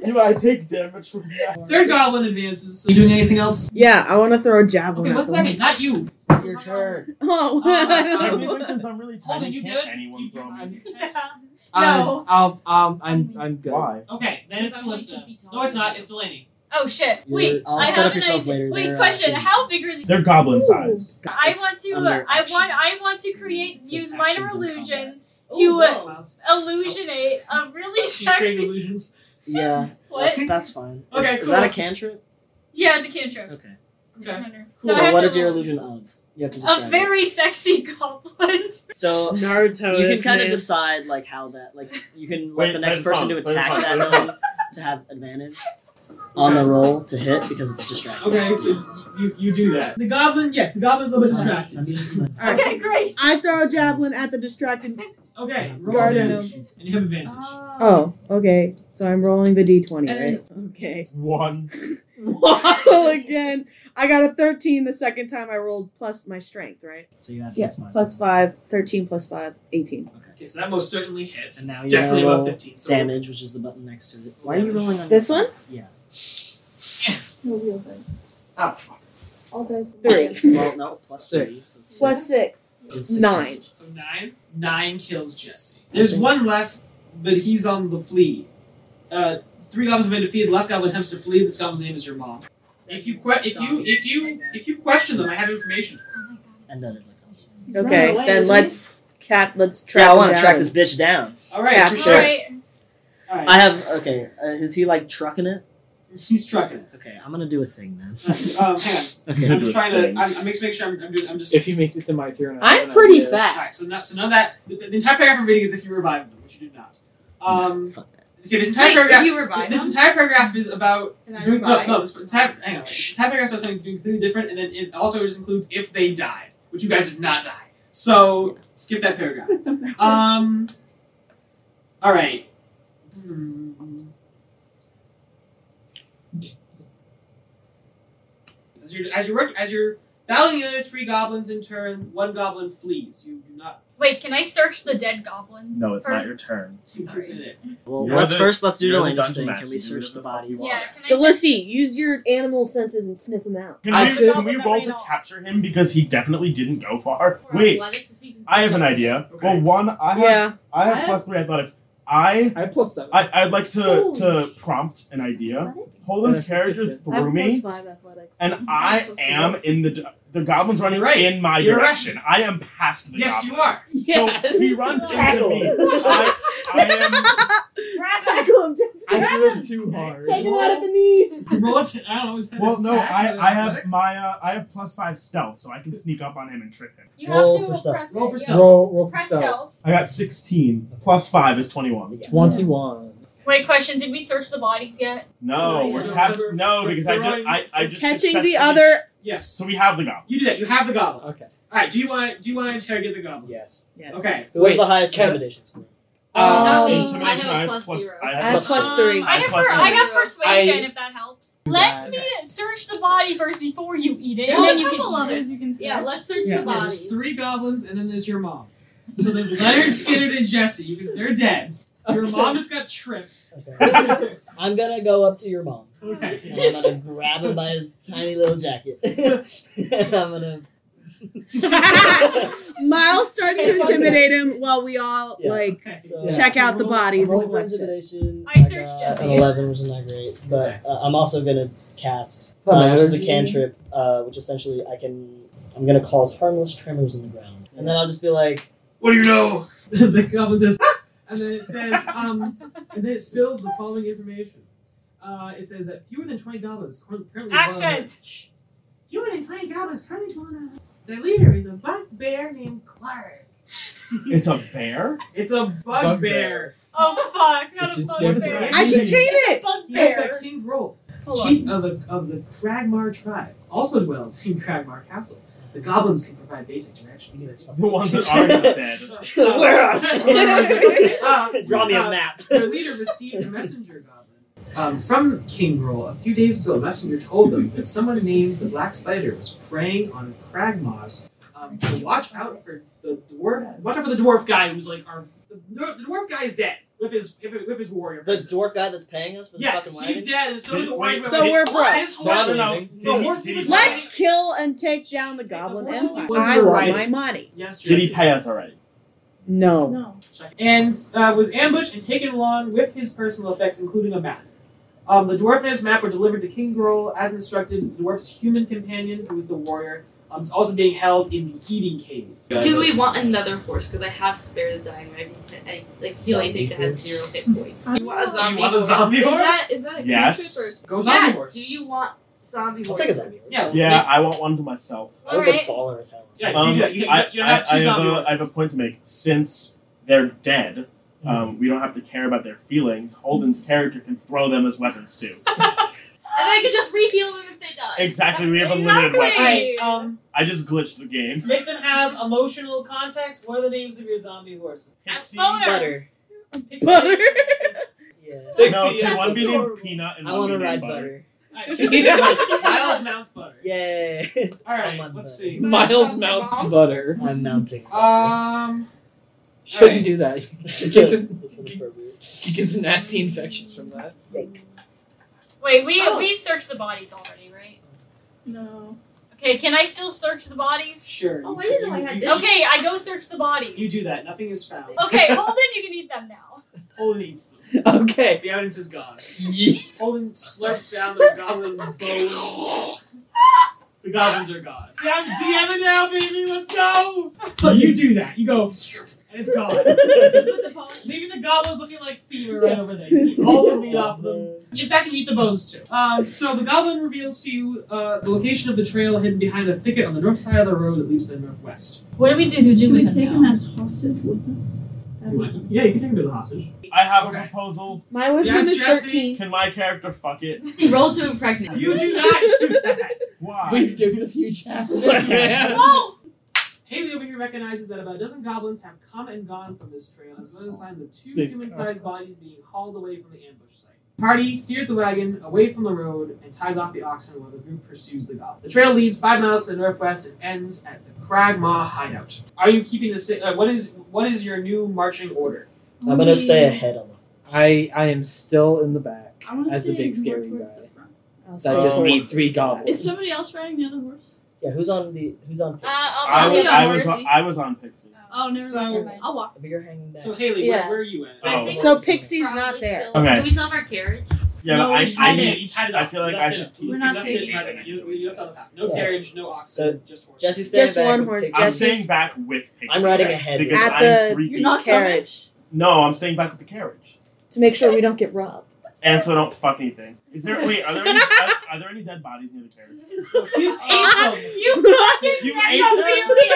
S5: Do I take damage from that?
S6: Third goblin advances. You doing anything else?
S3: Yeah, I want to throw a
S6: Okay,
S3: javelin at
S6: one
S3: them.
S6: second. Not you.
S5: Your turn.
S3: Oh,
S5: Technically, since I'm really
S6: Hold
S5: tiny,
S6: it, you
S5: can't
S6: good?
S5: anyone
S6: You-
S5: throw me?
S7: I'm-
S4: Yeah.
S7: I'm-
S4: No.
S7: I'll- um, I'm I'm good.
S5: Why?
S6: Okay, then it's
S9: I'm only two
S6: Callista.
S9: feet tall.
S6: No, it's not. It's Delaney.
S4: Oh shit!
S2: You're-
S4: Wait,
S2: I'll
S4: I
S2: set
S4: have
S2: up
S4: an
S2: yourselves
S4: idea.
S2: later.
S4: Wait,
S2: They're, uh,
S4: question:
S2: things-
S4: How big are these?
S8: They're goblin sized.
S4: I want to. uh,
S2: under
S4: I want. I
S2: actions.
S4: want to create.
S2: It's
S4: Use
S2: actions
S4: minor
S2: in
S4: illusion
S9: Ooh,
S6: Oh,
S4: to uh,
S9: whoa.
S4: illusionate a really
S6: She's creating
S4: sexy.
S6: illusions.
S2: Yeah,
S4: What?
S2: that's, that's fine.
S6: Okay,
S2: is, is that a
S6: cool.
S2: cantrip?
S4: Yeah, it's a cantrip.
S2: Okay.
S4: It's
S6: Okay.
S4: under.
S6: Cool.
S4: I
S2: So,
S4: have
S2: what
S4: to
S2: is your
S4: roll.
S2: illusion of? You have to describe
S4: A
S2: it.
S4: very sexy goblin.
S2: So
S3: Naruto.
S2: you can
S3: is
S2: kind of
S3: named-
S2: decide like how that like you can let
S8: Wait,
S2: the
S8: play
S2: next
S8: the
S2: person
S8: song,
S2: to
S8: play the
S2: attack
S8: song, play the
S2: that
S8: song.
S2: one to have advantage on the
S6: Okay.
S2: roll to hit because it's distracting.
S6: Okay, so you you do that. The goblin, yes, the goblin's a little bit distracted.
S2: I'm using my-
S6: All right.
S4: Okay, great.
S3: I throw a javelin at the distracted.
S6: Okay, roll
S3: Guardian.
S6: damage, and you have advantage.
S4: uh,
S3: Oh, okay. So I'm rolling the
S9: And-
S3: d20, right? Okay.
S8: One.
S3: Wow, again. I got a 13 the second time I rolled plus my strength, right?
S2: So you have
S3: Yes,
S2: plus five.
S3: plus 5, 13 plus 5, 18.
S6: Okay, so that most certainly hits.
S2: And now
S6: It's
S2: you
S6: definitely
S2: roll
S6: above fifteen. So
S2: damage, which is the button next to it. Why are you rolling on
S3: This one?
S2: Yeah.
S13: No real dice.
S6: Oh, fuck.
S13: All dice.
S3: Three.
S2: Well, no, plus three.
S7: Six.
S2: It's
S3: Plus 6.
S2: It's six
S3: Nine.
S2: damage.
S6: So nine, nine kills Jesse. There's one left, but he's on the flee. Uh, three goblins have been defeated. The last goblin attempts to flee. This goblin's name is your mom. If you que- if you if you if you question them, I have information.
S2: And that is like something.
S3: Okay, then let's cap. Let's track.
S2: yeah, I
S3: him
S2: want to
S3: down.
S2: track this bitch down.
S6: All right,
S3: Yeah,
S6: for
S4: All
S6: sure.
S2: sure.
S4: right.
S6: All right.
S2: I have okay. Uh, is he like trucking it?
S6: he's trucking it.
S2: Okay, I'm gonna do a thing then.
S6: um, hang on. I'm
S2: okay.
S6: just trying to. I'm, I'm just making sure I'm, I'm, doing, I'm just.
S7: If he makes it to my turn, I
S3: I'm pretty
S7: fat.
S6: All right,
S3: fast.
S6: so, not, so none of that. The, the entire paragraph I'm reading is if you revive them, which you did not. Um,
S2: Fuck that.
S6: okay, this entire
S9: Wait, if
S6: paragraph.
S9: you revive
S6: This
S9: him,
S6: entire paragraph is about
S9: and I
S6: doing no,
S9: revive.
S6: no. This entire hang on. This entire paragraph is about something completely different, and then it also just includes if they die, which you guys did not die. So skip that paragraph. um. All right. As you're as you're working, as you're battling the other three goblins in turn, one goblin flees. You do not.
S4: Wait, can I search the dead goblins?
S8: No, it's
S4: first?
S8: not your turn.
S9: Sorry.
S6: in it.
S2: Well,
S8: You're
S2: let's
S8: the-
S2: first let's do
S8: you're the
S2: Delaney's
S8: dungeon
S2: thing.
S8: master.
S2: Can we
S8: Do
S2: search
S8: whatever
S2: the
S8: the fuck you
S2: bodies?
S8: want.
S4: Yeah, can I
S3: So let's see. Use your animal senses and sniff them out.
S8: Can
S7: I
S8: we,
S7: did-
S8: can we
S4: Not
S8: roll
S4: right
S8: to
S4: off.
S8: capture him because he definitely didn't go far?
S9: Or
S8: Wait,
S9: athletics to see if you can
S8: I have
S9: catch
S8: an
S9: up.
S8: idea.
S6: Okay.
S8: Well, one, I have
S3: Yeah.
S8: I
S7: I
S8: have
S7: have-
S8: plus three athletics. I
S7: I have plus seven.
S8: I, I'd like to,
S3: Oh.
S8: to prompt an idea. Holden's
S7: Yeah.
S8: character
S3: I have
S8: threw me,
S3: plus 5 athletics.
S8: and I am in the d- the goblins running
S6: You're right.
S8: in my
S6: You're right.
S8: direction. I am past the
S6: Yes, you
S8: goblin.
S6: are.
S8: So he runs into
S3: Tackle.
S8: me. I, I
S4: Grab him.
S3: Tackle him, Jesse.
S7: I threw him too hard.
S3: Take him out at the knees.
S6: Roll it. I don't know. Is that
S8: am well. No,
S6: attack?
S8: I,
S6: don't
S8: I have
S6: know.
S8: my uh, I have plus five stealth, so I can sneak up on him and trip him.
S4: You
S2: Roll
S4: have
S2: for
S4: to
S2: stealth.
S4: oppress
S6: Roll
S4: it,
S6: for
S4: yeah.
S6: stealth.
S7: Roll, roll for
S4: Press
S7: stealth.
S4: stealth.
S8: I got sixteen plus five is twenty one.
S2: Yeah.
S7: Twenty-one.
S4: Wait, question: Did we search the bodies yet?
S8: No, we're
S6: We're
S8: have,
S6: throwing-
S8: no
S6: we're
S8: because I just
S6: throwing-
S8: I, I just
S3: Catching
S8: successfully-
S3: the other.
S6: Yes.
S8: So we have the goblin.
S6: You do that. You have the goblin. All
S7: Okay.
S6: right. Do you want? Do you want to interrogate the goblin?
S2: Yes.
S3: Yes.
S6: Okay.
S2: Who was
S7: Wait,
S2: the highest
S7: can-
S2: intimidation score?
S7: Um,
S9: Not me.
S8: Intimidation,
S9: Oh, I have a
S8: I have
S9: plus
S8: plus-
S9: zero.
S8: I have
S3: I have plus
S4: Um,
S3: three.
S4: I have,
S8: Plus
S4: per- I have
S9: three.
S4: persuasion
S7: I-
S4: if that helps.
S7: Yeah,
S4: Let
S7: okay.
S4: me search the body first before you eat it.
S9: There's
S4: and
S9: a
S4: then you
S13: a
S4: can
S13: couple
S4: eat it.
S13: others you can search.
S9: Yeah, let's search
S6: Yeah,
S9: the body.
S6: there's three goblins, and then there's your mom. So there's Leonard, Skinner, and Jesse. You can, they're dead. Your mom just got tripped.
S2: Okay. I'm gonna go up to your mom.
S6: Okay.
S2: And I'm gonna grab him by his tiny little jacket. and I'm gonna.
S3: Miles starts to intimidate him while we all
S2: Yeah.
S3: like
S6: Okay.
S2: So-
S3: check out the bodies
S2: I'm
S3: and
S2: rolling for
S3: collection.
S2: intimidation.
S4: I searched
S2: got
S4: Jesse.
S2: An 11, which is not great. But uh, I'm also going to cast,
S7: Doesn't
S2: uh, which is a
S7: matter.
S2: cantrip, uh, which essentially I can. I'm going to cause harmless tremors in the ground. And then I'll just be like,
S6: What do you know? the goblin says, "Ah!" and then it says, um, and then it spills the following information. Uh, it says that fewer than 20 goblins currently currently dwell in-
S4: Accent.
S6: Shh. You and 20 goblins currently dwell on a- Their leader is a bugbear named Clark.
S5: It's a bear?
S6: It's a bugbear.
S7: Bugbear.
S4: Oh fuck, not
S7: Which
S4: a
S7: is
S4: bugbear.
S7: devastating.
S3: I can tame it.
S6: He has
S4: Bugbear.
S6: the king role.
S4: Hold on.
S6: Chief of the of the Kragmar tribe also dwells in Kragmar Castle. The goblins can provide basic directions.
S8: The ones that are not dead.
S6: Uh,
S2: Draw me a
S6: uh,
S2: map.
S6: Their leader received a messenger goblin um, from King Roll a few days ago. A messenger told them that someone named the Black Spider was preying on Kragmaz um, to watch out for the dwarf. Watch out for the dwarf guy who's like our. The dwarf, the dwarf guy is dead with his with his warrior.
S2: The dwarf guy that's paying us for the
S6: yes,
S2: fucking wagon.
S6: he's dead, and so is the
S8: Wait,
S6: warrior.
S8: so
S3: So we're broke.
S6: His horse-
S2: Sounds
S8: no,
S2: amazing.
S8: did
S6: the
S8: he-
S6: horse
S8: did
S6: he was
S8: he-
S6: riding-
S3: Let's kill and take down the Goblin
S6: horses
S3: Empire.
S6: were
S3: I want
S6: riding.
S3: my money.
S6: Yes,
S5: Did
S6: yes.
S5: he pay us already?
S3: No.
S13: No.
S6: and uh, was ambushed and taken along with his personal effects, including a map. Um, the dwarf and his map were delivered to King Groll as instructed. The dwarf's human companion, who was the warrior, um, is also being held in the eating cave.
S9: Do we want another horse? Because I have spare the dying. I, I like feel
S5: Zombie
S9: anything that has
S5: horse.
S9: zero hit points.
S13: I
S9: you want a
S13: know.
S9: zombie
S6: Do you want a zombie
S9: horse?
S6: horse?
S9: Is that is that a
S8: Yes.
S9: creature
S6: Go
S9: first?
S6: zombie
S9: yeah.
S6: horse.
S9: Do you want zombie horse?
S2: I'll take a zombie. horse.
S6: Yeah.
S8: Yeah, I want one to myself.
S2: I would
S4: Alright.
S2: look baller as hell.
S6: Yeah,
S8: Um,
S6: see that? You,
S8: I,
S6: you don't have
S8: I-
S6: two
S8: I have
S6: zombie
S8: a-
S6: horses.
S8: I have a point to make. Since they're dead,
S7: Hmm.
S8: um, we don't have to care about their feelings. Holden's character can throw them as weapons too.
S9: And I could just reheal them if they die.
S8: Exactly, we have unlimited
S4: Exactly.
S8: weapons.
S4: Alright.
S6: um,
S8: I just glitched the game.
S6: make them have emotional context. What are the names of your zombie horses?
S8: Pixie.
S4: boner.
S2: Butter.
S6: Pixie.
S3: Butter.
S2: Yeah.
S6: Pixie.
S8: No,
S6: That's
S8: can one be named
S6: adorable.
S8: Peanut and
S2: I
S8: one
S2: want to
S8: be
S2: ride
S8: named Butter?
S2: butter.
S6: Alright, Pixie. Miles mounts butter.
S2: Yay.
S6: All
S2: I'm
S6: right,
S2: on
S6: let's
S2: butter.
S6: see.
S7: Miles mounts butter.
S2: I'm mounting. Uh,
S6: Um,
S7: Shouldn't
S6: Alright.
S7: do that. He
S2: it's
S7: gets, a,
S2: inappropriate.
S7: he gets nasty infections from that.
S2: Like,
S4: Wait, we
S9: Oh.
S4: we searched the bodies already, right?
S13: No.
S4: Okay, can I still search the bodies?
S6: sure.
S9: Oh, I didn't know I
S6: You-
S9: had
S6: you-
S9: this.
S4: Okay, I go search the bodies.
S6: You do that. Nothing is found.
S4: Okay, Holden, you can eat them now.
S6: Holden eats them.
S7: Okay.
S6: The evidence is gone.
S7: Ye-
S6: Holden slurps down the goblin bones. The goblins are gone. Yeah, I'm DMing now, baby. Let's go. So you do that. You go, and it's gone.
S9: Put the paw-
S6: Leaving the goblins looking like femur right over there. You eat all the meat off of them. In fact, you eat the bones too. Um, so the goblin reveals to you uh, the location of the trail hidden behind a thicket on the north side of the road that leads to the northwest.
S4: What do we do to do
S13: Should we
S4: with
S13: take
S4: them
S13: him
S4: now?
S13: as hostage with us?
S6: You want- Yeah, you can take him as a hostage.
S8: I have
S6: Okay.
S8: a proposal.
S3: My wisdom
S6: Yes,
S3: is
S6: Jesse.
S3: 13.
S8: Can my character fuck it?
S9: He rolled to impregnate.
S6: You do not do that.
S8: Why?
S7: We skipped a few chapters, man.
S6: Whoa! Haley over here recognizes that about a dozen goblins have come and gone from this trail, as well as signs of two
S8: Big-
S6: human-sized bodies being hauled away from the ambush site. Party steers the wagon away from the road and ties off the oxen while the group pursues the goblin. The trail leads five miles to the northwest and ends at the Cragmaw hideout. Are you keeping the same? Uh, what is what is your new marching order?
S2: I'm gonna stay ahead on that.
S7: I I am still in the back
S13: I want to
S7: as
S13: stay
S7: the big
S13: more
S7: scary
S13: towards
S7: guy.
S13: the front.
S3: I'll stay
S7: That just
S3: towards-
S7: means three goblins.
S13: Is somebody else riding the other horse?
S2: Yeah, who's on the who's on
S4: Uh,
S2: pace?
S4: I'll,
S8: I
S4: I'll
S8: was,
S4: eat
S8: I
S4: them.
S8: was,
S13: horse.
S8: on, I was on Pixie.
S13: Oh, never
S6: So-
S13: mind. never mind. I'll walk.
S2: Maybe you're hanging back.
S6: So Haley,
S3: Yeah.
S6: where, where are you at?
S8: Oh.
S9: I think
S3: So
S9: we're
S3: Pixie's
S9: probably
S3: not there.
S9: still-
S8: Okay.
S9: Do we still have our carriage?
S8: Yeah,
S13: No,
S8: but I,
S13: we
S8: I
S13: tied
S8: need.
S13: it.
S6: you tied it
S8: I
S6: off.
S8: feel like
S6: You
S8: I
S6: left
S8: should
S6: it.
S8: keep.
S13: We're
S6: You
S13: not
S6: left
S13: taking
S6: it. either. You, you left it on the top. No
S2: Yeah.
S6: carriage, no oxen,
S2: So,
S6: just horses.
S2: Jesse's staying
S3: Just
S2: back
S3: one
S2: with
S3: horse,
S2: Pixie.
S8: I'm
S3: Jesse's-
S8: staying back with Pixie.
S2: I'm riding ahead
S8: because
S3: At
S8: I'm
S3: the-
S8: freaky.
S13: not
S3: carriage
S8: No, I'm staying back with the carriage,
S3: to make sure we don't get robbed.
S8: and so don't fuck anything. Is there? Wait, are there? Any, are, are there any dead bodies near the carriage?
S6: He's ate them.
S4: You fucking
S8: You ate them?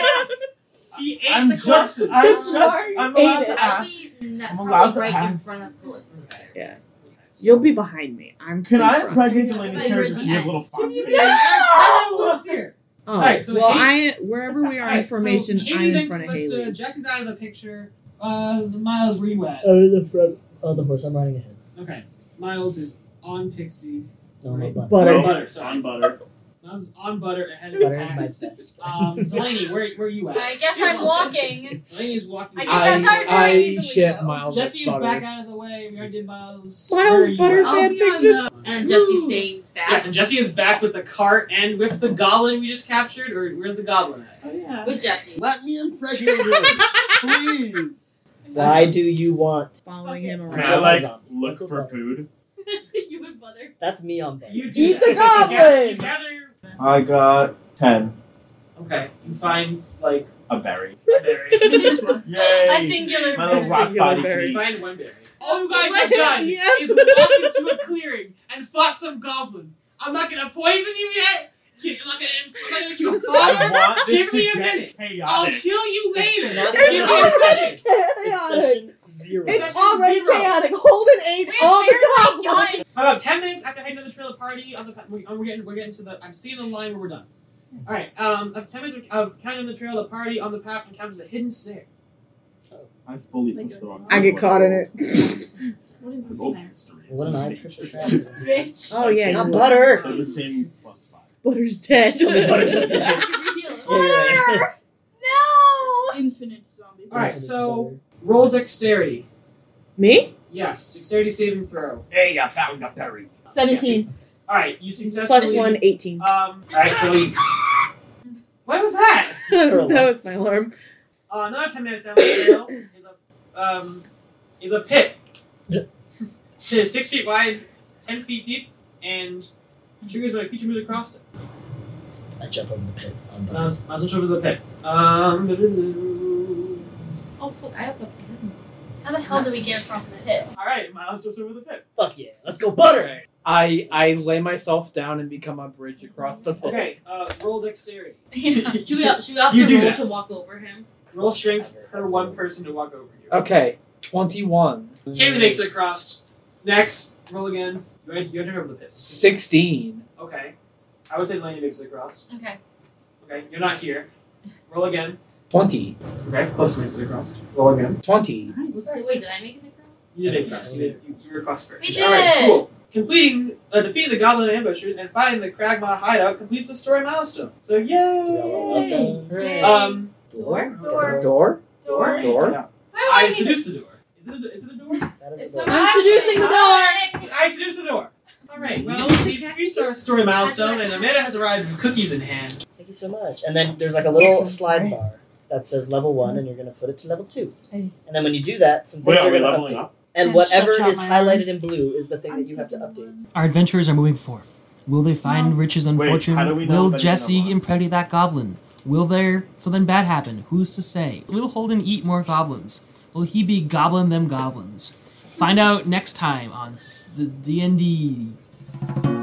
S4: necrophilia!
S6: He ate
S8: I'm
S6: the
S8: just-
S6: corpses.
S8: I'm
S3: Sorry.
S8: just. I'm
S3: Ate
S8: allowed
S3: it.
S8: to ask.
S9: I mean, that
S8: I'm
S9: probably
S8: allowed to
S9: right
S8: ask.
S9: in front of Callista's carriage.
S3: Yeah.
S6: Okay.
S3: You'll be behind me. I'm
S8: Can
S3: in
S8: I
S3: front.
S8: impregnate Delaney's
S9: But you're
S8: character
S9: at
S8: so
S9: the
S8: you have
S9: end.
S8: little fox
S6: You
S8: babies?
S6: did it! Let's hear it.
S3: Oh,
S6: Alright, so
S3: well,
S6: Haley-
S3: I wherever we are in
S6: Alright, so
S3: formation,
S6: Haley
S3: I am
S6: then
S3: in front of
S6: Callista,
S3: Haley.
S6: Jesse's out of the picture. Uh, Miles, where you at?
S2: I'm in the front of the horse. I'm riding ahead.
S6: Okay. Miles is on Pixie.
S2: No, I'm on butter.
S3: Butter.
S8: No,
S6: Butter, sorry.
S8: On butter.
S6: Miles is on Butter ahead of
S2: Butter is my
S6: Max.
S2: best friend.
S6: Um, Delaney, where, where are you at?
S4: I guess I'm walking.
S6: Delaney's walking.
S4: I think
S6: back.
S4: that's how it's very
S7: I, I
S4: easily
S7: ship
S4: go.
S7: Miles
S6: Jesse is
S7: butter.
S6: back out of the way. We already did Miles.
S3: Miles
S6: Where are you
S3: Butter
S6: at?
S3: fan
S13: I'll be on
S3: fiction?
S13: the.
S9: And Jesse's
S13: Ooh.
S9: staying back.
S6: Yeah, so Jesse is back with the cart and with the goblin we just captured, or where's the goblin at?
S13: Oh yeah.
S9: With Jesse.
S5: Let me impregnate him, please.
S2: Why do you want?
S3: following him
S8: Can
S3: around.
S8: I like look
S2: That's a
S8: for
S2: butter.
S8: food?
S9: That's what you would mother.
S2: That's me on butter.
S6: You do
S3: Eat
S6: that.
S3: the
S6: You gather- you gather-
S8: I got ten.
S6: Okay, you find like
S8: A berry.
S6: a berry. you
S8: Yay!
S4: A singular
S8: My little
S4: person.
S8: rock body
S3: berry.
S8: can eat.
S6: find one berry. All you guys have done
S3: Yeah.
S6: is walk into a clearing and fought some goblins. I'm not gonna poison you yet. I'm not gonna. I'm not gonna kill your
S8: I
S6: father.
S8: want this
S6: Give
S8: to
S6: me a
S8: get
S6: minute.
S8: chaotic.
S6: I'll kill you later.
S2: Not
S6: Give me a
S2: even
S6: minute.
S2: It's
S3: chaotic.
S2: session zero.
S3: It's
S6: Session
S3: already
S6: zero.
S3: chaotic. Holden ate all the
S4: Wait, where are
S3: goblins.
S4: we going?
S6: About ten minutes after heading to the trailer party, on the pa- we- oh, we're getting we're getting to the. I'm seeing the line where we're done.
S3: Hmm.
S6: All right. Um, of ten minutes of counting the trail, the party on the path encounters a hidden snare.
S5: I fully
S13: Like
S5: pushed the wrong.
S3: I get caught in it.
S13: What is this
S6: Oh.
S5: Roll
S13: name?
S2: What an eye trip
S4: Bitch.
S3: oh yeah,
S2: Not
S3: you-
S2: butter.
S5: They're the same plus five.
S3: butter's dead.
S2: Still the butter's dead.
S4: Real.
S2: Yeah, you're right.
S4: Butter! No!
S13: Infinite zombie.
S6: All right. So roll dexterity.
S3: Me?
S6: Yes, dexterity saving throw.
S8: Hey, I found a berry.
S3: Seventeen
S6: All right. You successfully.
S3: plus one, eighteen.
S6: Um. All right. So. you- What was that?
S3: that was my alarm.
S6: Uh, another ten minutes down the trail is a um, is a pit. it is six feet wide, ten feet deep, and triggers when a creature moves across it.
S2: I jump over the pit. I'm done.
S6: Um, I'll switch over to the pit. Um,
S9: Oh, fuck, I also.
S4: How the hell do we get across the pit?
S6: all right, Miles jumps over the pit.
S2: Fuck yeah. Let's go butter.
S7: I I lay myself down and become a bridge across the floor.
S6: Okay, uh, roll dexterity.
S9: Should we, should we have
S6: You
S9: to
S6: do
S9: roll
S6: that.
S9: to walk over him?
S6: roll strength per one person to walk over you.
S7: Okay, twenty one.
S6: Haley makes it across. Next, roll again. You had you had to over the pit.
S7: Sixteen.
S6: Okay, I would say Lenny makes it across.
S4: Okay.
S6: Okay, you're not here. Roll again.
S7: Twenty.
S6: Okay, plus makes it across. Roll again.
S7: Twenty.
S6: Nice.
S9: So wait, did I make it across?
S6: You did it,
S2: Yeah,
S6: Cross.
S2: we
S6: You did. You, you were Cross first.
S4: We did
S6: Alright,
S4: it!
S6: cool. Completing uh, defeating the goblin ambushers and finding the Kragma hideout completes the story milestone. So
S2: We got
S6: yay!
S2: all of them.
S4: Yay.
S6: Um,
S9: Door?
S4: Door.
S7: Door.
S4: Door.
S7: Door.
S6: Yeah.
S4: Where
S6: I
S4: are we?
S6: seduced the door. Is it a, is it a door?
S2: That is
S4: It's
S2: the
S4: so
S2: door.
S3: I'm seducing the
S4: door!
S6: I seduced the door. All right. Well, we've reached our story milestone, and Amanda has arrived with cookies in hand.
S2: Thank you so much. And then there's like a little slide bar that says level one, and you're gonna put it to level two.
S3: Hey.
S2: And then when you do that, some things
S8: Wait, are we
S2: gonna
S8: leveling
S2: update.
S8: up?
S2: And
S13: Yeah,
S2: whatever
S13: stretch out
S2: is
S13: my
S2: highlighted in blue is the thing
S13: I'm
S2: that you have to
S13: taking
S2: update.
S13: one.
S14: Our adventurers are moving forth. Will they find
S13: No.
S14: riches and
S8: Wait,
S14: fortune?
S8: how do we know
S14: Will
S8: that it's
S14: Jesse
S8: gonna
S14: impregnate that goblin? Will there something bad happen? Who's to say? Will Holden eat more goblins? Will he be goblin them goblins? Find out next time on s- the D and D